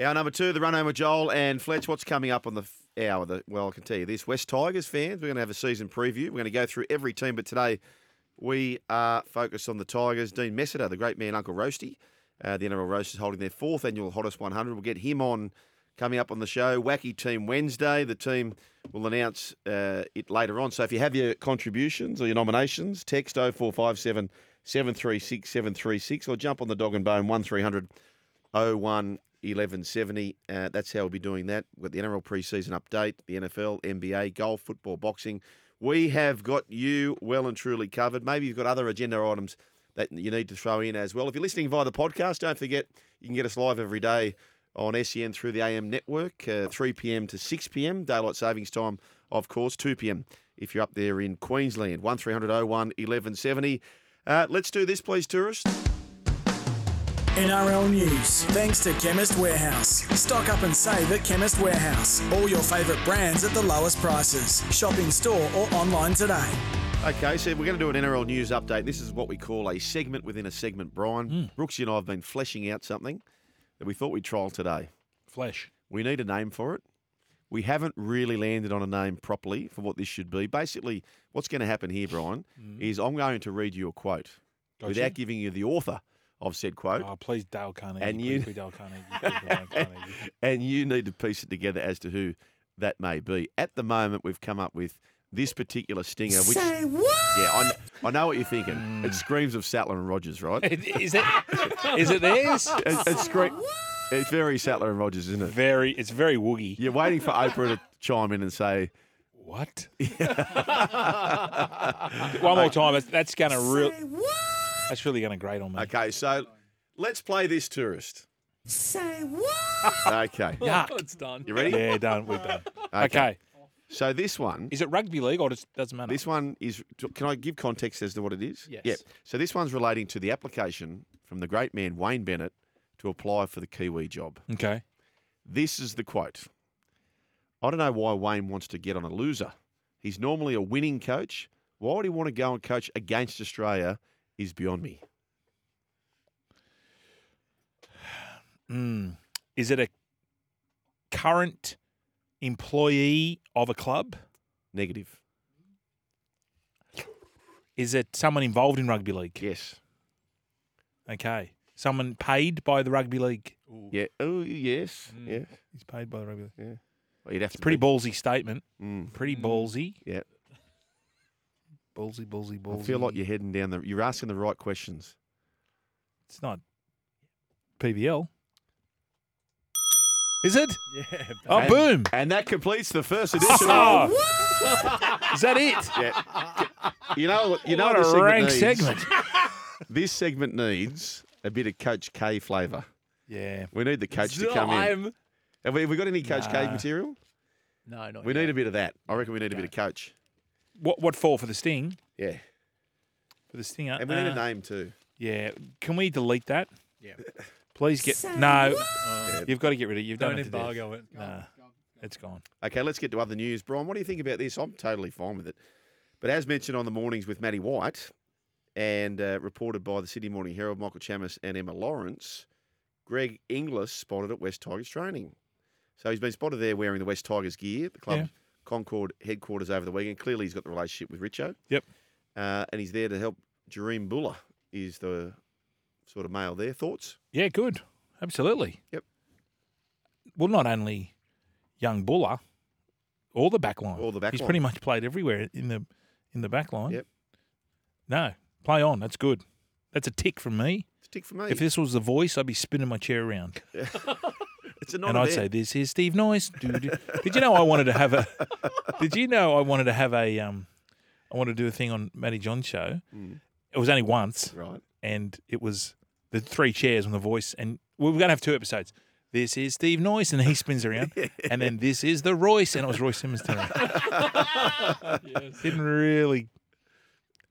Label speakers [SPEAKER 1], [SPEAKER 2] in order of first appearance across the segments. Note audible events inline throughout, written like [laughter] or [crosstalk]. [SPEAKER 1] Hour number two, the run home with Joel and Fletch. What's coming up on the f- hour? The, well, I can tell you this. West Tigers fans, we're going to have a season preview. We're going to go through every team, but today we are focused on the Tigers. Dean Messiter, the great man, Uncle Roasty, uh, the NRL Roast is holding their fourth annual Hottest 100. We'll get him on coming up on the show. Wacky Team Wednesday. The team will announce uh, it later on. So if you have your contributions or your nominations, text 0457 736 736 or jump on the Dog and Bone 1300 01 1170. Uh, that's how we'll be doing that. We've got the NRL preseason update, the NFL, NBA, golf, football, boxing. We have got you well and truly covered. Maybe you've got other agenda items that you need to throw in as well. If you're listening via the podcast, don't forget you can get us live every day on SEN through the AM network, uh, 3 p.m. to 6 p.m. Daylight savings time, of course, 2 p.m. if you're up there in Queensland. 1300 01 1170. Uh, let's do this, please, tourists.
[SPEAKER 2] NRL News. Thanks to Chemist Warehouse. Stock up and save at Chemist Warehouse. All your favourite brands at the lowest prices. Shop in store or online today.
[SPEAKER 1] Okay, so we're going to do an NRL news update. This is what we call a segment within a segment, Brian. Brooksy and I have been fleshing out something that we thought we'd trial today.
[SPEAKER 3] Flesh.
[SPEAKER 1] We need a name for it. We haven't really landed on a name properly for what this should be. Basically, what's going to happen here, Brian, is I'm going to read you a quote without giving you the author of said quote,
[SPEAKER 3] Oh, please, Dale Carnegie.
[SPEAKER 1] And
[SPEAKER 3] please
[SPEAKER 1] you-
[SPEAKER 3] be Dale Carnegie. please be [laughs] Dale Carnegie.
[SPEAKER 1] and you need to piece it together as to who that may be. At the moment, we've come up with this particular stinger, which yeah, I, kn- I know what you're thinking. It screams of Sattler and Rogers, right?
[SPEAKER 3] is Mm. it? Is [laughs] it theirs?
[SPEAKER 1] It- it's great. It's very Sattler and Rogers, isn't it?
[SPEAKER 3] Very. It's very woogie.
[SPEAKER 1] You're waiting for Oprah to chime in and say,
[SPEAKER 3] What? [laughs] One more time. That's, that's gonna real. That's really gonna grate on me.
[SPEAKER 1] "Okay, so let's play this tourist." Say what? Okay,
[SPEAKER 3] Yuck.
[SPEAKER 4] It's done. [laughs]
[SPEAKER 1] you ready?
[SPEAKER 3] Yeah, done. We're done.
[SPEAKER 1] Okay.
[SPEAKER 3] [laughs] Okay.
[SPEAKER 1] So this one,
[SPEAKER 3] Is it rugby league or just doesn't matter?
[SPEAKER 1] this one is. Can I give context as to what it is?
[SPEAKER 4] Yes.
[SPEAKER 1] Yep. So this one's relating to the application from the great man Wayne Bennett to apply for the Kiwi job.
[SPEAKER 3] Okay.
[SPEAKER 1] This is the quote. I don't know why Wayne wants to get on a loser. He's normally a winning coach. Why would he want to go and coach against Australia is beyond me.
[SPEAKER 3] Mm. Is it a current employee of a club?
[SPEAKER 1] Negative.
[SPEAKER 3] Is it someone involved in rugby league?
[SPEAKER 1] Yes.
[SPEAKER 3] Okay. Someone paid by the rugby league.
[SPEAKER 1] Yeah. Oh, yes. Yeah.
[SPEAKER 3] He's paid by the rugby league.
[SPEAKER 1] Well, you'd have to
[SPEAKER 3] Pretty
[SPEAKER 1] be-
[SPEAKER 3] ballsy statement.
[SPEAKER 1] Mm.
[SPEAKER 3] Pretty ballsy.
[SPEAKER 1] Yeah.
[SPEAKER 3] Ballsy, ballsy, ballsy.
[SPEAKER 1] I feel like you're heading down the. You're asking the right questions.
[SPEAKER 3] It's not PBL. Is it?
[SPEAKER 4] Yeah.
[SPEAKER 3] Oh,
[SPEAKER 1] And- [laughs]
[SPEAKER 3] boom.
[SPEAKER 1] And that completes the [laughs] first edition. of-
[SPEAKER 3] Oh. Is that it?
[SPEAKER 1] Yeah. You know what? You know
[SPEAKER 3] what
[SPEAKER 1] this
[SPEAKER 3] a rank
[SPEAKER 1] needs?
[SPEAKER 3] segment.
[SPEAKER 1] This segment needs a bit of Coach K flavour.
[SPEAKER 3] yeah.
[SPEAKER 1] We need the coach to come in.
[SPEAKER 4] Time.
[SPEAKER 1] Have we, have we got any Coach K
[SPEAKER 3] Nah.
[SPEAKER 1] material?
[SPEAKER 4] No, not
[SPEAKER 1] We
[SPEAKER 4] yet.
[SPEAKER 1] need a bit of that. I reckon we need a bit of coach.
[SPEAKER 3] What what for for the sting?
[SPEAKER 1] Yeah.
[SPEAKER 3] For the stinger.
[SPEAKER 1] And we need
[SPEAKER 3] Uh,
[SPEAKER 1] a name too.
[SPEAKER 3] Yeah. Can we delete that?
[SPEAKER 4] Yeah.
[SPEAKER 3] [laughs] Please get No. Uh,
[SPEAKER 1] Yeah.
[SPEAKER 3] You've got to get rid of it. You've done
[SPEAKER 4] Don't
[SPEAKER 3] it to death.
[SPEAKER 4] embargo it.
[SPEAKER 3] Nah. It's gone.
[SPEAKER 1] Okay, let's get to other news. Brian, what do you think about this? I'm totally fine with it. But as mentioned on the mornings with Matty White and uh, reported by the Sydney Morning Herald, Michael Chamis and Emma Lawrence, Greg Inglis spotted at West Tigers training. So he's been spotted there wearing the West Tigers gear, the club
[SPEAKER 3] Yeah.
[SPEAKER 1] Concord headquarters over the weekend. Clearly, he's got the relationship with Richo.
[SPEAKER 3] Yep.
[SPEAKER 1] Uh, and he's there to help Jareem Buller, is the sort of male there. Thoughts?
[SPEAKER 3] Yeah, good. Absolutely.
[SPEAKER 1] Yep.
[SPEAKER 3] Well, not only young Buller, all the back line.
[SPEAKER 1] All the back
[SPEAKER 3] He's
[SPEAKER 1] line.
[SPEAKER 3] pretty much played everywhere in the in the back line.
[SPEAKER 1] Yep.
[SPEAKER 3] No, play on. That's good. That's a tick from me.
[SPEAKER 1] Stick for me.
[SPEAKER 3] If this was the voice, I'd be spinning my chair around.
[SPEAKER 1] it's a non
[SPEAKER 3] and I'd say, "This is Steve Noyce." Dude. did you know I wanted to have a? [laughs] Did you know I wanted to have a? Um, I wanted to do a thing on Matty John's show.
[SPEAKER 1] Mm.
[SPEAKER 3] It was only once,
[SPEAKER 1] Right.
[SPEAKER 3] and it was the three chairs on the voice, and we were going to have two episodes. This is Steve Noyce, and he spins
[SPEAKER 1] [laughs]
[SPEAKER 3] around, and then this is the Royce, and it was Royce Simmons. [laughs] turning around.
[SPEAKER 4] Yes.
[SPEAKER 3] Didn't really,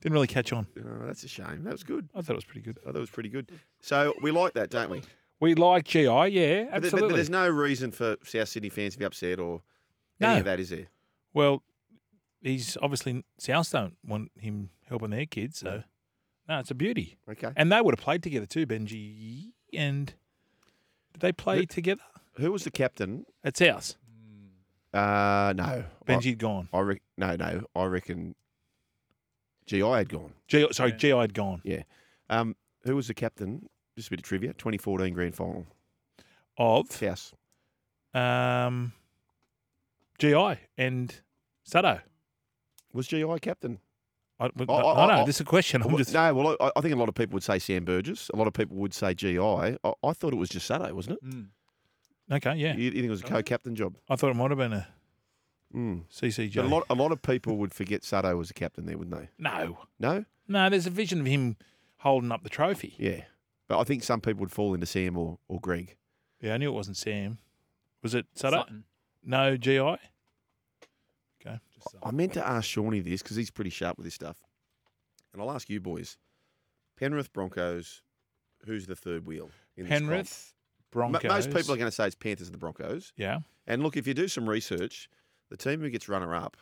[SPEAKER 3] didn't really catch on.
[SPEAKER 1] Oh, that's a shame. That was good.
[SPEAKER 3] I thought it was pretty good.
[SPEAKER 1] I thought it was pretty good. So we like that, don't we?
[SPEAKER 3] We like GI, yeah,
[SPEAKER 1] But, th- but there's no reason for South Sydney fans to be upset or any
[SPEAKER 3] No.
[SPEAKER 1] of that, is there?
[SPEAKER 3] Well, he's obviously South don't want him helping their kids, so no, it's a beauty.
[SPEAKER 1] Okay.
[SPEAKER 3] And they would have played together too, Benji and did they play together?
[SPEAKER 1] Who was the captain?
[SPEAKER 3] It's ours.
[SPEAKER 1] Uh, no,
[SPEAKER 3] Benji had gone.
[SPEAKER 1] I, I re- no, no. I reckon GI had gone.
[SPEAKER 3] G, sorry,
[SPEAKER 4] Yeah.
[SPEAKER 3] GI had gone.
[SPEAKER 1] Yeah. Um, who was the captain? Just a bit of trivia. 2014 grand final.
[SPEAKER 3] Of
[SPEAKER 1] House.
[SPEAKER 3] um, GI and Sado.
[SPEAKER 1] Was GI captain?
[SPEAKER 3] I, no,
[SPEAKER 1] I-
[SPEAKER 3] no,
[SPEAKER 1] I-
[SPEAKER 3] no, this is a question. I'm
[SPEAKER 1] Well,
[SPEAKER 3] just
[SPEAKER 1] No, well, I, I think a lot of people would say Sam Burgess. A lot of people would say GI. I, I thought it was just Sato, wasn't it?
[SPEAKER 4] Mm.
[SPEAKER 3] okay. Yeah,
[SPEAKER 1] You, you think it was a co-captain job?
[SPEAKER 3] I thought it might have been a
[SPEAKER 1] Mm.
[SPEAKER 3] CCJ.
[SPEAKER 1] But a lot, a lot of people would forget Sato was a captain there, wouldn't they?
[SPEAKER 3] no,
[SPEAKER 1] No,
[SPEAKER 3] no. There's a vision of him holding up the trophy.
[SPEAKER 1] yeah. But I think some people would fall into Sam or, or Greg.
[SPEAKER 3] Yeah, I knew it wasn't Sam. Was it Sado?
[SPEAKER 4] Sutton.
[SPEAKER 3] No, GI.
[SPEAKER 4] Just Sutton.
[SPEAKER 1] I meant to ask Shawnee this because he's pretty sharp with this stuff, and I'll ask you boys: Penrith Broncos. Who's the third wheel? In this
[SPEAKER 3] Penrith
[SPEAKER 1] comp? Mo-
[SPEAKER 3] Broncos.
[SPEAKER 1] Most people are going to say it's Panthers and the Broncos.
[SPEAKER 3] Yeah.
[SPEAKER 1] And look, if you do some research, the team who gets runner up,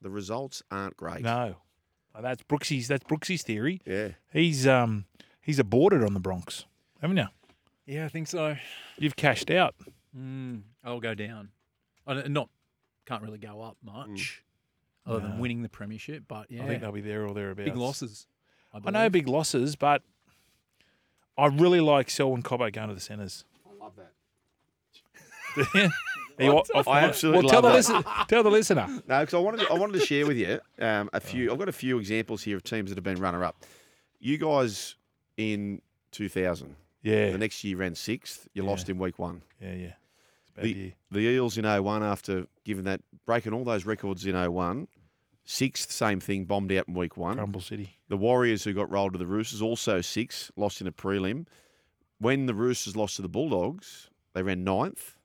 [SPEAKER 1] the results aren't great.
[SPEAKER 3] No. Oh, That's Brooksy's. That's Brooksy's theory.
[SPEAKER 1] Yeah.
[SPEAKER 3] He's um he's aborted on the Bronx, haven't you?
[SPEAKER 4] Yeah, I think so.
[SPEAKER 3] You've cashed out.
[SPEAKER 4] Mm. I'll go down. I don't- not can't really go up much, other
[SPEAKER 3] No.
[SPEAKER 4] than winning the premiership. But yeah,
[SPEAKER 3] Mm. I think they'll be there or thereabouts.
[SPEAKER 4] big losses. I,
[SPEAKER 3] I know
[SPEAKER 4] believe.
[SPEAKER 3] big losses, but I really like Selwyn Cobbo going to the centres. [laughs] I love that.
[SPEAKER 1] I absolutely
[SPEAKER 3] well, tell
[SPEAKER 1] love
[SPEAKER 3] the listen, tell the [laughs] listener.
[SPEAKER 1] No, because I wanted to, I wanted to share with you um, a few. I've got a few examples here of teams that have been runner up. You guys in 2000,
[SPEAKER 3] Yeah,
[SPEAKER 1] the next year ran sixth. You lost in week one.
[SPEAKER 3] yeah, yeah. It's a bad
[SPEAKER 1] The,
[SPEAKER 3] year.
[SPEAKER 1] the Eels in 01 after giving that breaking all those records in 01. Sixth, same thing, bombed out in week one.
[SPEAKER 3] Crumble City.
[SPEAKER 1] The Warriors, who got rolled to the Roosters, also six, lost in a prelim. When the Roosters lost to the Bulldogs, they ran ninth.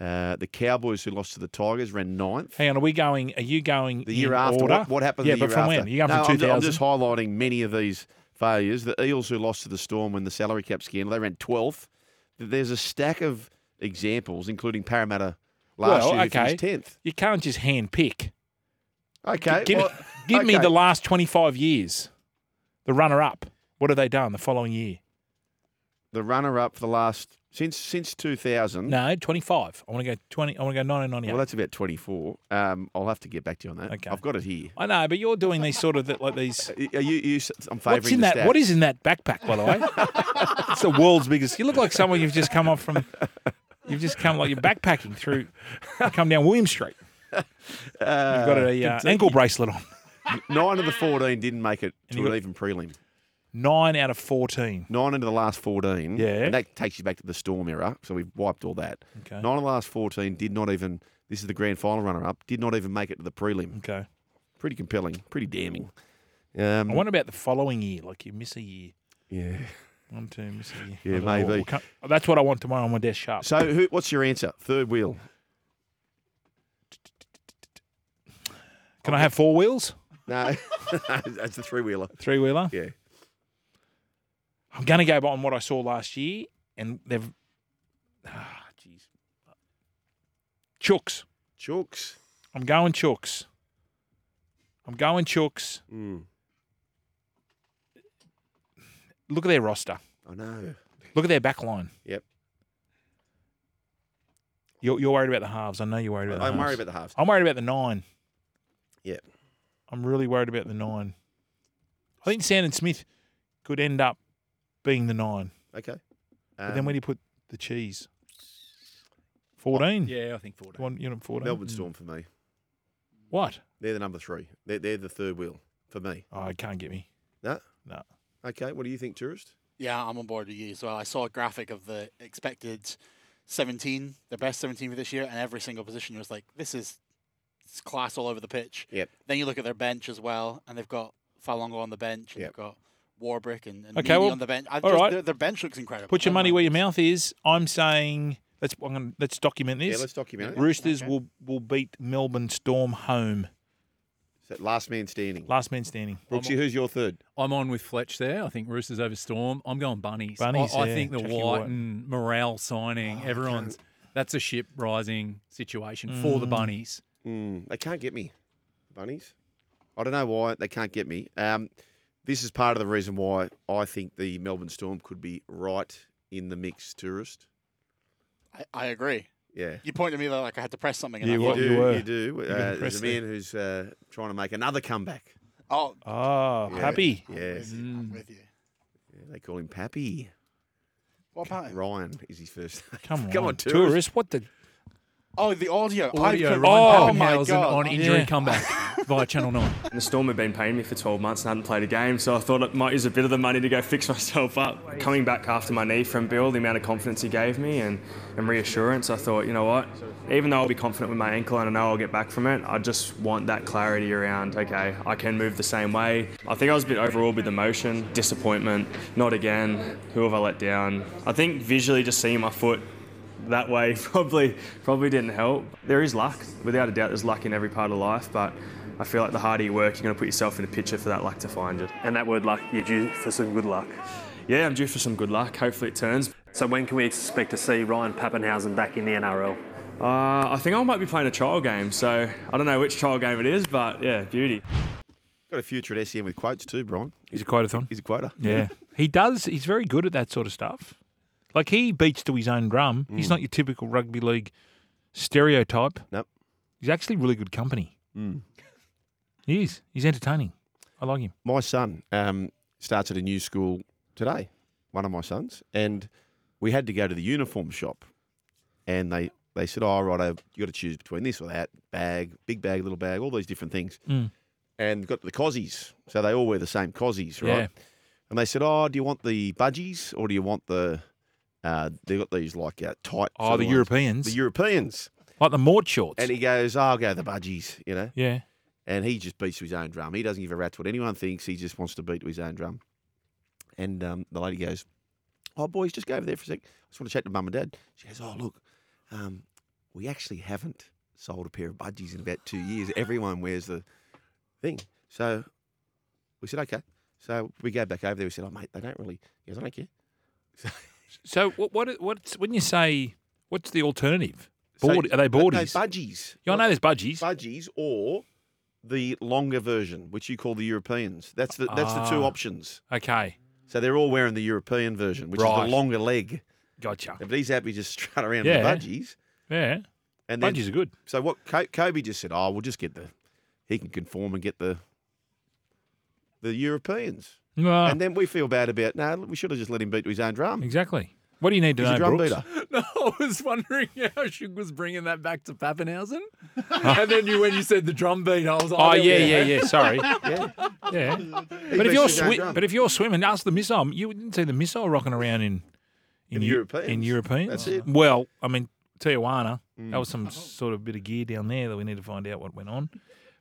[SPEAKER 1] Uh, the Cowboys, who lost to the Tigers, ran ninth.
[SPEAKER 3] Hang on, are we going? Are you going
[SPEAKER 1] The year
[SPEAKER 3] in
[SPEAKER 1] after,
[SPEAKER 3] Order?
[SPEAKER 1] what, what happened?
[SPEAKER 3] Yeah,
[SPEAKER 1] the year
[SPEAKER 3] but from
[SPEAKER 1] after?
[SPEAKER 3] when? You going
[SPEAKER 1] no,
[SPEAKER 3] from
[SPEAKER 1] I'm,
[SPEAKER 3] two
[SPEAKER 1] ju- I'm
[SPEAKER 3] thousand?
[SPEAKER 1] just highlighting many of these failures. The Eels, who lost to the Storm when the salary cap scandal, they ran twelfth. There's a stack of examples, including Parramatta last
[SPEAKER 3] Well,
[SPEAKER 1] year, who finished
[SPEAKER 3] okay.
[SPEAKER 1] tenth.
[SPEAKER 3] You can't just hand pick.
[SPEAKER 1] Okay,
[SPEAKER 3] Give,
[SPEAKER 1] well,
[SPEAKER 3] give me
[SPEAKER 1] okay.
[SPEAKER 3] the last 25 years, the runner up. What have they done the following year?
[SPEAKER 1] the runner-up for the last since since 2000.
[SPEAKER 3] No, 25. I want to go 20. I want to go 1998.
[SPEAKER 1] Hmm? Well, that's about 24. Um, I'll have to get back to you on that.
[SPEAKER 3] Okay.
[SPEAKER 1] I've got it here.
[SPEAKER 3] I know, but you're doing these sort of the, like these.
[SPEAKER 1] Are you, you, I'm favouring
[SPEAKER 3] What's in
[SPEAKER 1] the
[SPEAKER 3] that?
[SPEAKER 1] stats.
[SPEAKER 3] What is in that backpack, by
[SPEAKER 1] [laughs]
[SPEAKER 3] the way? it's the world's biggest. You look like someone you've just come off from. You've just come like you're backpacking through. Come down William Street. You've got a uh, ankle bracelet on.
[SPEAKER 1] Nine of the 14 didn't make it to
[SPEAKER 3] you
[SPEAKER 1] an
[SPEAKER 3] got-
[SPEAKER 1] even prelim.
[SPEAKER 3] Nine out of 14.
[SPEAKER 1] Nine into the last 14.
[SPEAKER 3] Yeah.
[SPEAKER 1] And that takes you back to the Storm era. So we've wiped all that.
[SPEAKER 3] Okay.
[SPEAKER 1] Nine of the last 14 did not even, this is the grand final runner up, did not even make it to the prelim.
[SPEAKER 3] Okay.
[SPEAKER 1] Pretty compelling, pretty damning. Um,
[SPEAKER 3] I wonder about the following year. Like you miss a year.
[SPEAKER 1] yeah.
[SPEAKER 3] One, two, miss a year.
[SPEAKER 1] Yeah,
[SPEAKER 3] I don't know,
[SPEAKER 1] maybe.
[SPEAKER 3] we'll come- that's what I want tomorrow on my desk sharp.
[SPEAKER 1] So who, what's your answer? Third wheel.
[SPEAKER 3] Can I have four wheels?
[SPEAKER 1] No, [laughs] that's a three wheeler.
[SPEAKER 3] Three wheeler?
[SPEAKER 1] Yeah.
[SPEAKER 3] I'm going to go on what I saw last year, and they've. Ah, jeez. Chooks.
[SPEAKER 1] Chooks.
[SPEAKER 3] I'm going Chooks. I'm going Chooks.
[SPEAKER 1] Mm,
[SPEAKER 3] Look at their roster.
[SPEAKER 1] I know.
[SPEAKER 3] Look at their back line.
[SPEAKER 1] Yep.
[SPEAKER 3] You're, you're worried about the halves. I know you're worried about the
[SPEAKER 1] I'm
[SPEAKER 3] halves. Oh.
[SPEAKER 1] worried about the halves.
[SPEAKER 3] I'm worried about the nine.
[SPEAKER 1] Yep.
[SPEAKER 3] I'm really worried about the nine. I think Sandon Smith could end up being the nine.
[SPEAKER 1] Okay.
[SPEAKER 3] But
[SPEAKER 1] Um,
[SPEAKER 3] then where do you put the cheese? 14?
[SPEAKER 4] Yeah, I think fourteen.
[SPEAKER 3] One, you know, 14?
[SPEAKER 1] Melbourne Storm for me.
[SPEAKER 3] What?
[SPEAKER 1] They're the number three. They're, they're the third wheel for me.
[SPEAKER 3] Oh, it can't get me.
[SPEAKER 1] No?
[SPEAKER 3] No.
[SPEAKER 1] Okay. What do you think, Tourist?
[SPEAKER 5] Yeah, I'm on board with you as well. I saw a graphic of the expected 17, the best 17 for this year, and every single position was like, this is it's class all over the pitch.
[SPEAKER 1] Yep.
[SPEAKER 5] Then you look at their bench as well, and they've got Falongo on the bench, and
[SPEAKER 1] Yep.
[SPEAKER 5] they've got Warbrick and, and
[SPEAKER 3] Okay,
[SPEAKER 5] Meany
[SPEAKER 3] well,
[SPEAKER 5] on the bench. I
[SPEAKER 3] all
[SPEAKER 5] just,
[SPEAKER 3] right.
[SPEAKER 5] their, their bench looks incredible.
[SPEAKER 3] Put your
[SPEAKER 5] Don't
[SPEAKER 3] money
[SPEAKER 5] mind
[SPEAKER 3] where your
[SPEAKER 5] this.
[SPEAKER 3] mouth is. I'm saying let's I'm gonna, let's document this.
[SPEAKER 1] Yeah, let's document it. Is
[SPEAKER 3] Roosters will will beat Melbourne Storm home.
[SPEAKER 1] that last man standing.
[SPEAKER 3] Last man standing.
[SPEAKER 1] Brooksy, who's your third?
[SPEAKER 4] I'm on with Fletch there. I think Roosters over Storm. I'm going Bunnies. I-
[SPEAKER 3] Bunnies,
[SPEAKER 4] I,
[SPEAKER 3] yeah,
[SPEAKER 4] think the
[SPEAKER 3] Jackie
[SPEAKER 4] White,
[SPEAKER 3] White. Oh,
[SPEAKER 4] and morale signing. everyone's that's a ship rising situation for the Bunnies.
[SPEAKER 1] Mm, they can't get me. Bunnies. I don't know why they can't get me. Um, this is part of the reason why I think the Melbourne Storm could be right in the mix, Tourist.
[SPEAKER 5] I, I agree.
[SPEAKER 1] Yeah.
[SPEAKER 5] You pointed me though, like I had to press something. And
[SPEAKER 3] You
[SPEAKER 5] I
[SPEAKER 1] You
[SPEAKER 3] what
[SPEAKER 5] thought,
[SPEAKER 1] do,
[SPEAKER 3] you were.
[SPEAKER 1] you do. Uh, there's
[SPEAKER 3] impressed
[SPEAKER 1] a man who's uh, trying to make another comeback.
[SPEAKER 5] oh,
[SPEAKER 3] Oh, mm.
[SPEAKER 1] Yeah.
[SPEAKER 3] happy.
[SPEAKER 5] I'm
[SPEAKER 1] Yeah.
[SPEAKER 5] with you, I'm with you.
[SPEAKER 1] Yeah, they call him Pappy.
[SPEAKER 5] What about it?
[SPEAKER 1] Ryan is his first name.
[SPEAKER 3] Come on,
[SPEAKER 1] [laughs] Come on,
[SPEAKER 3] tourist.
[SPEAKER 1] tourist.
[SPEAKER 3] What the?
[SPEAKER 5] Oh, the audio. I
[SPEAKER 4] Audio
[SPEAKER 5] could-
[SPEAKER 4] Ryan
[SPEAKER 3] Oh,
[SPEAKER 5] oh my
[SPEAKER 4] Pappenhausen
[SPEAKER 5] god.
[SPEAKER 4] on injury
[SPEAKER 3] Yeah.
[SPEAKER 4] comeback via Channel
[SPEAKER 3] [laughs]
[SPEAKER 4] 9.
[SPEAKER 6] And the Storm had been paying me for 12 months and hadn't played a game, so I thought it might use a bit of the money to go [laughs] fix myself up. Coming back after my knee from Bill, the amount of confidence he gave me and, and reassurance, I thought, you know what, even though I'll be confident with my ankle and I know I'll get back from it, I just want that clarity around, okay, I can move the same way. I think I was a bit overawed with emotion, disappointment, not again, who have I let down. I think visually just seeing my foot that way [laughs] probably probably didn't help. There is luck, without a doubt. There's luck in every part of life, but I feel like the harder you work, you're going to put yourself in a picture for that luck to find you. And that word luck, you're due for some good luck. Yeah, I'm due for some good luck. Hopefully it turns.
[SPEAKER 7] So when can we expect to see Ryan Pappenhausen back in the NRL?
[SPEAKER 6] Uh, I think I might be playing a trial game, so I don't know which trial game it is, but yeah, beauty.
[SPEAKER 1] Got a future at SEM with quotes too, Brian.
[SPEAKER 3] He's a quotathon.
[SPEAKER 1] He's a quota.
[SPEAKER 3] Yeah. he does. He's very good at that sort of stuff. Like he beats to his own drum. He's not your typical rugby league stereotype.
[SPEAKER 1] Mm. Nope. Mm.
[SPEAKER 3] He's actually really good company. He is. He's entertaining. I like him.
[SPEAKER 1] My son um, starts at a new school today, one of my sons, and we had to go to the uniform shop. And they, they said, oh, right, you got to choose between this or that bag, big bag, little bag, all these different things.
[SPEAKER 3] Mm.
[SPEAKER 1] And got the cozies. So they all wear the same cozies, right?
[SPEAKER 3] Yeah.
[SPEAKER 1] And they said, oh, do you want the budgies or do you want the. Uh, they got these like uh, tight.
[SPEAKER 3] Oh,
[SPEAKER 1] sort of
[SPEAKER 3] the
[SPEAKER 1] ones.
[SPEAKER 3] Europeans.
[SPEAKER 1] The Europeans.
[SPEAKER 3] like the Mort shorts.
[SPEAKER 1] And he goes, oh, I'll go the budgies, you know?
[SPEAKER 3] yeah.
[SPEAKER 1] and he just beats to his own drum. He doesn't give a rat's what anyone thinks. He just wants to beat to his own drum. And um, the lady goes, "Oh, boys, just go over there for a sec. I just want to chat to mum and dad." She goes, "Oh, look, um, we actually haven't sold a pair of budgies in about two years. Everyone wears the thing." So we said, "Okay." So we go back over there. We said, "Oh, mate, they don't really." He goes, "I don't care."
[SPEAKER 3] So what? What? What's when you say? What's the alternative?
[SPEAKER 1] So-
[SPEAKER 3] Board, are
[SPEAKER 1] No,
[SPEAKER 3] they boardies?
[SPEAKER 1] No, budgies.
[SPEAKER 3] yeah, I know there's budgies.
[SPEAKER 1] budgies or the longer version, which you call the Europeans. That's the that's the two
[SPEAKER 3] Ah.
[SPEAKER 1] options.
[SPEAKER 3] okay,
[SPEAKER 1] So they're all wearing the European version, which
[SPEAKER 3] Right.
[SPEAKER 1] is the longer leg.
[SPEAKER 3] gotcha.
[SPEAKER 1] But he's happy just [laughs] strut around in
[SPEAKER 3] Yeah.
[SPEAKER 1] the budgies.
[SPEAKER 3] Yeah,
[SPEAKER 1] And then,
[SPEAKER 3] budgies are good.
[SPEAKER 1] so what? Co- Kobe just said, "Oh, we'll just get the. He can conform and get the. The Europeans,
[SPEAKER 3] No,
[SPEAKER 1] and then we feel bad about. No, we should have just let him beat to his own drum.
[SPEAKER 3] exactly. What do you need to
[SPEAKER 1] He's
[SPEAKER 3] know,
[SPEAKER 1] a drum
[SPEAKER 3] Brooks? [laughs]
[SPEAKER 1] beater.
[SPEAKER 4] No, I was wondering how Shug was bringing that back to Pappenhausen. and then you, when you said the drum beat, I was like,
[SPEAKER 3] Oh
[SPEAKER 4] there we
[SPEAKER 3] yeah,
[SPEAKER 4] go.
[SPEAKER 3] yeah, yeah. Sorry.
[SPEAKER 1] [laughs] Yeah,
[SPEAKER 3] Yeah. But
[SPEAKER 1] beats
[SPEAKER 3] if you're
[SPEAKER 1] his own
[SPEAKER 3] swi-
[SPEAKER 1] drum.
[SPEAKER 3] but if you're swimming, ask the missile. You didn't see the missile rocking around in
[SPEAKER 1] In
[SPEAKER 3] Eu-
[SPEAKER 1] Europeans.
[SPEAKER 3] In Europeans.
[SPEAKER 1] That's it. Mm.
[SPEAKER 3] Well, I mean, Tijuana. That was some sort of bit of gear down there that we need to find out what went on.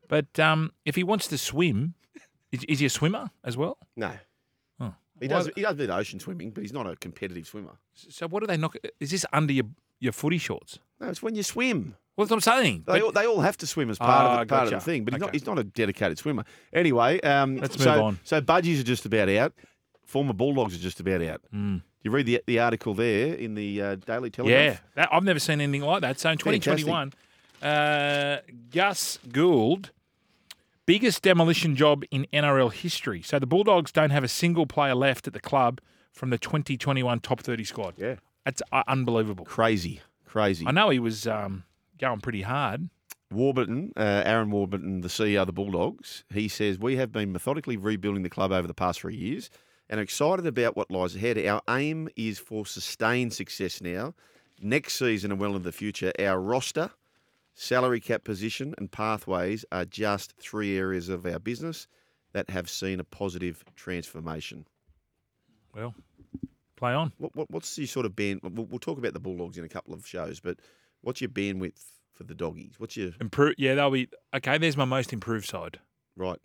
[SPEAKER 3] But um, if he wants to swim, is, is he a swimmer as well?
[SPEAKER 1] no,
[SPEAKER 3] Oh.
[SPEAKER 1] he does. He does a bit of ocean swimming, but he's not a competitive swimmer.
[SPEAKER 3] So what do they knock? Is this under your your footy shorts?
[SPEAKER 1] No, it's when you swim.
[SPEAKER 3] Well, that's what I'm saying.
[SPEAKER 1] They
[SPEAKER 3] But-
[SPEAKER 1] all, they all have to swim as part of
[SPEAKER 3] Ah,
[SPEAKER 1] the, part of
[SPEAKER 3] gotcha.
[SPEAKER 1] the thing, but he's, not,
[SPEAKER 3] Okay.
[SPEAKER 1] he's not a dedicated swimmer. Anyway, um,
[SPEAKER 3] Let's
[SPEAKER 1] so,
[SPEAKER 3] move on.
[SPEAKER 1] So budgies are just about out. Former Bulldogs are just about out.
[SPEAKER 3] Hmm.
[SPEAKER 1] You read the the article there in the uh, Daily
[SPEAKER 3] yeah,
[SPEAKER 1] Telegraph.
[SPEAKER 3] that, I've never seen anything like that. So in 2021, uh, Gus Gould, biggest demolition job in NRL history. So the Bulldogs don't have a single player left at the club from the 2021 top 30 squad.
[SPEAKER 1] Yeah.
[SPEAKER 3] that's uh, unbelievable.
[SPEAKER 1] crazy, crazy.
[SPEAKER 3] I know he was um, going pretty hard.
[SPEAKER 1] Warburton, uh, Aaron Warburton, the CEO of the Bulldogs, he says we have been methodically rebuilding the club over the past three years and are excited about what lies ahead. Our aim is for sustained success now, next season and well into the future. Our roster, salary cap position, and pathways are just three areas of our business that have seen a positive transformation.
[SPEAKER 3] Well, play on.
[SPEAKER 1] What, what, what's your sort of band? We'll, we'll talk about the Bulldogs in a couple of shows, but what's your bandwidth for the doggies? What's your
[SPEAKER 3] Improve. Yeah, they'll be okay. There's my most improved side.
[SPEAKER 1] right?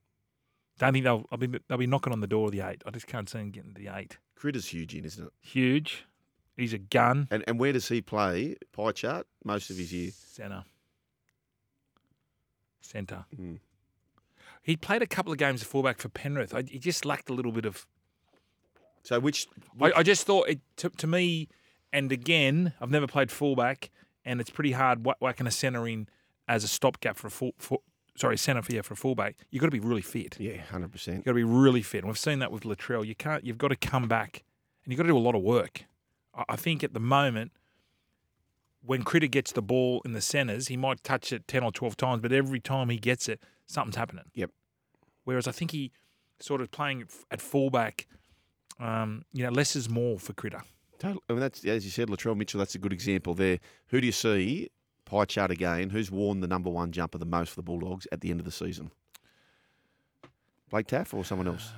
[SPEAKER 3] Don't think they'll. I'll be. They'll be knocking on the door of the eight. I just can't see them getting to the eight.
[SPEAKER 1] Critter's huge in, isn't it?
[SPEAKER 3] Huge. He's a gun.
[SPEAKER 1] And and where does he play? Pie chart most of his year.
[SPEAKER 3] Center. Center. He played a couple of games of fullback for Penrith. I, he just lacked a little bit of.
[SPEAKER 1] So which
[SPEAKER 3] I, I just thought it to, to me, and again, I've never played fullback, and it's pretty hard wha- whacking a center in as a stopgap for a full. For, sorry, center for yeah for a fullback. You've got to be really fit.
[SPEAKER 1] yeah, hundred
[SPEAKER 3] You've
[SPEAKER 1] percent.
[SPEAKER 3] got to be really fit. And we've seen that with Latrell. You can't. You've got to come back, and you've got to do a lot of work. I, I think at the moment, when Critter gets the ball in the centres, he might touch it 10 or 12 times, but every time he gets it, something's happening.
[SPEAKER 1] Yep.
[SPEAKER 3] Whereas I think he sort of playing at f- at fullback, um, you know, less is more for Critter.
[SPEAKER 1] Totally. I mean, that's as you said, Latrell Mitchell. That's a good example there. Who do you see pie chart again? Who's worn the number one jumper the most for the Bulldogs at the end of the season? Blake Taff or someone else?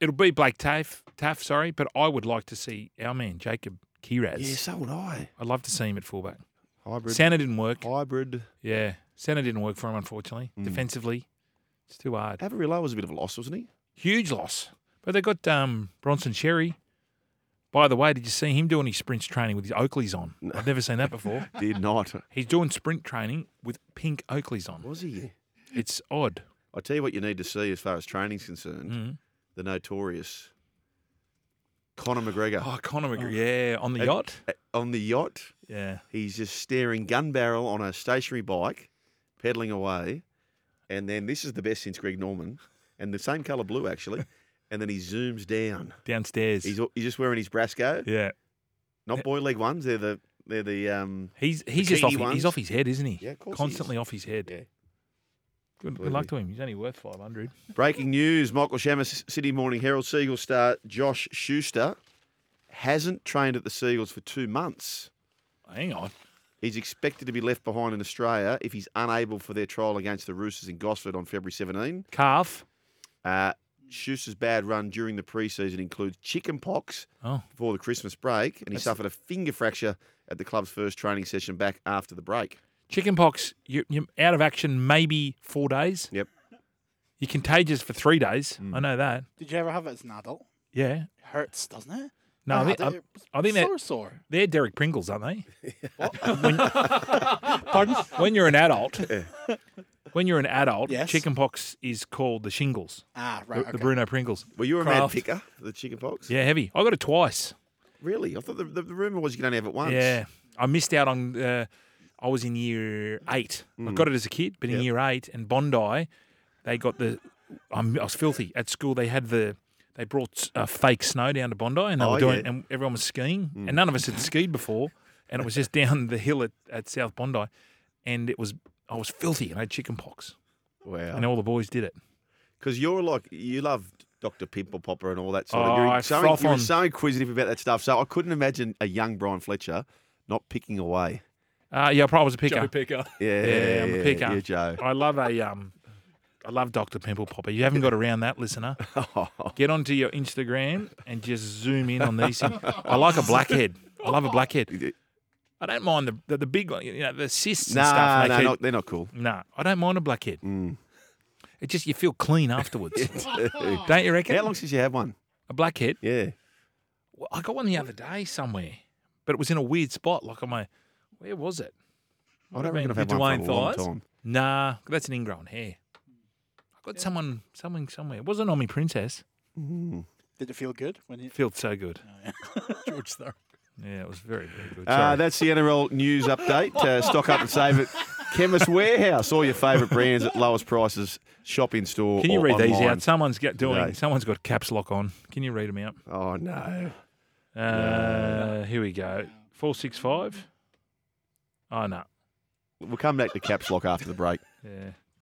[SPEAKER 3] It'll be Blake Taff, Taff, sorry, but I would like to see our man, Jacob Kiraz.
[SPEAKER 1] Uh, yeah, so would I.
[SPEAKER 3] I'd love to see him at fullback.
[SPEAKER 1] Hybrid.
[SPEAKER 3] Santa didn't
[SPEAKER 1] Oh,
[SPEAKER 3] work.
[SPEAKER 1] hybrid.
[SPEAKER 3] Yeah. Santa didn't work for him, unfortunately.
[SPEAKER 1] Mm.
[SPEAKER 3] Defensively, it's too hard.
[SPEAKER 1] Averillo was a bit of a loss, wasn't [laughs] he?
[SPEAKER 3] Huge loss. But they got um, Bronson Cherry. By the way, did you see him doing his sprints training with his Oakleys on? I've never seen
[SPEAKER 1] [laughs]
[SPEAKER 3] that before.
[SPEAKER 1] Did not.
[SPEAKER 3] He's doing sprint training with pink Oakleys on.
[SPEAKER 1] Was he?
[SPEAKER 3] It's odd.
[SPEAKER 1] I tell you what, you need to see as far as training's concerned.
[SPEAKER 3] Mhm.
[SPEAKER 1] The notorious Conor McGregor
[SPEAKER 3] Oh, Conor McGregor. Yeah, on the
[SPEAKER 1] Uh,
[SPEAKER 3] yacht.
[SPEAKER 1] uh, on the yacht.
[SPEAKER 3] Yeah.
[SPEAKER 1] He's just staring gun barrel on a stationary bike, pedaling away. And then this is the best since Greg Norman, and the same colour blue actually. And then he zooms down.
[SPEAKER 3] Downstairs.
[SPEAKER 1] He's, he's just wearing his Brasco,
[SPEAKER 3] yeah.
[SPEAKER 1] not boy leg ones. They're the they're the um.
[SPEAKER 3] He's he's just off,
[SPEAKER 1] Bikini ones.
[SPEAKER 3] he's off his head, isn't he?
[SPEAKER 1] Yeah, of course he is.
[SPEAKER 3] Constantly off his head.
[SPEAKER 1] Yeah.
[SPEAKER 3] Good, good luck to him. He's only worth 500.
[SPEAKER 1] Breaking news: Michael Shamus, City Morning Herald, Seagull star Josh Schuster hasn't trained at the Seagulls for two months.
[SPEAKER 3] Hang on.
[SPEAKER 1] He's expected to be left behind in Australia if he's unable for their trial against the Roosters in Gosford on February 17.
[SPEAKER 3] Calf.
[SPEAKER 1] Uh, Schuster's bad run during the preseason includes chicken pox
[SPEAKER 3] Oh.
[SPEAKER 1] before the Christmas break, and he suffered a finger fracture at the club's first training session back after the break.
[SPEAKER 3] Chickenpox, you, you're out of action maybe four days.
[SPEAKER 1] Yep.
[SPEAKER 3] You're contagious for three days.
[SPEAKER 1] Mm.
[SPEAKER 3] I know that.
[SPEAKER 5] Did you ever have it as an adult?
[SPEAKER 3] Yeah.
[SPEAKER 5] It hurts, doesn't it?
[SPEAKER 3] No, I think, I,
[SPEAKER 5] they're
[SPEAKER 3] I think that
[SPEAKER 5] sore, sore.
[SPEAKER 3] they're Derek Pringles, aren't they?
[SPEAKER 5] [laughs]
[SPEAKER 3] when, pardon? When you're an adult, when you're an adult,
[SPEAKER 5] Yes.
[SPEAKER 3] chickenpox is called the shingles,
[SPEAKER 5] Ah,
[SPEAKER 3] the,
[SPEAKER 5] right.
[SPEAKER 3] the
[SPEAKER 5] okay.
[SPEAKER 3] Bruno Pringles.
[SPEAKER 1] Were you a mad
[SPEAKER 3] Craft.
[SPEAKER 1] picker for the chicken pox?
[SPEAKER 3] Yeah, heavy. I got it twice.
[SPEAKER 1] Really? I thought the, the, the rumour was you could only have it once.
[SPEAKER 3] Yeah, I missed out on. Uh, I was in year eight.
[SPEAKER 1] Mm.
[SPEAKER 3] I got it as a kid, but in year eight, and Bondi, they got the. I'm, I was filthy at school. They had the. They brought uh, fake snow down to Bondi, and they
[SPEAKER 1] Oh,
[SPEAKER 3] were doing,
[SPEAKER 1] yeah. Mm.
[SPEAKER 3] and everyone was skiing, and none of us had skied before, and it was just [laughs] down the hill at, at South Bondi, and it was. I was filthy and I had chicken pox, and
[SPEAKER 1] Wow.
[SPEAKER 3] all the boys did it.
[SPEAKER 1] Because you're like, you love Dr. Pimple Popper and all that sort
[SPEAKER 3] Oh,
[SPEAKER 1] of You're
[SPEAKER 3] I
[SPEAKER 1] so,
[SPEAKER 3] froth
[SPEAKER 1] you're
[SPEAKER 3] on-
[SPEAKER 1] so inquisitive about that stuff. So I couldn't imagine a young Brian Fletcher not picking away.
[SPEAKER 3] Uh, yeah, I probably was a picker.
[SPEAKER 4] Joe Picker.
[SPEAKER 1] Yeah,
[SPEAKER 3] Yeah, I'm a picker.
[SPEAKER 1] Yeah, Joe.
[SPEAKER 3] I love a um, I love Doctor Pimple Popper. You haven't got around
[SPEAKER 1] [laughs]
[SPEAKER 3] that, listener. Get onto your Instagram and just zoom in on these. things. I like a blackhead. I love a blackhead. I don't mind the the, the big one, you know, the cysts and
[SPEAKER 1] Nah, no,
[SPEAKER 3] stuff. they keep-
[SPEAKER 1] not, Hmm. they're not cool.
[SPEAKER 3] nah, I don't mind a blackhead. It just you feel
[SPEAKER 1] [laughs]
[SPEAKER 3] clean afterwards, don't you reckon?
[SPEAKER 1] How long since you had one?
[SPEAKER 3] A blackhead.
[SPEAKER 1] Yeah.
[SPEAKER 3] Well, I got one the other day somewhere, but it was in a weird spot. Like on my, where was it?
[SPEAKER 1] I don't
[SPEAKER 3] What do you
[SPEAKER 1] reckon I've
[SPEAKER 3] mean?
[SPEAKER 1] had
[SPEAKER 4] Your
[SPEAKER 1] one for
[SPEAKER 4] Dwayne
[SPEAKER 1] a long
[SPEAKER 4] thighs?
[SPEAKER 1] time.
[SPEAKER 3] Nah, that's an ingrown hair. I got someone, someone somewhere. It wasn't on me, princess.
[SPEAKER 5] Did it feel good when you?
[SPEAKER 3] Felt so good.
[SPEAKER 4] George Thorough.
[SPEAKER 3] Yeah, it was very, very good.
[SPEAKER 1] Uh,
[SPEAKER 3] Sorry.
[SPEAKER 1] that's the NRL news update. [laughs] Uh, stock up and save it. Chemist Warehouse, all your favourite brands at lowest prices. Shop in store.
[SPEAKER 3] Can you
[SPEAKER 1] or
[SPEAKER 3] read
[SPEAKER 1] online.
[SPEAKER 3] these out? Someone's got doing.
[SPEAKER 1] No.
[SPEAKER 3] Someone's got caps lock on. Can you read them out?
[SPEAKER 1] Oh no!
[SPEAKER 3] Uh, Here we go. Four six five. Oh no.
[SPEAKER 1] We'll come back to caps lock after the break.
[SPEAKER 3] Yeah.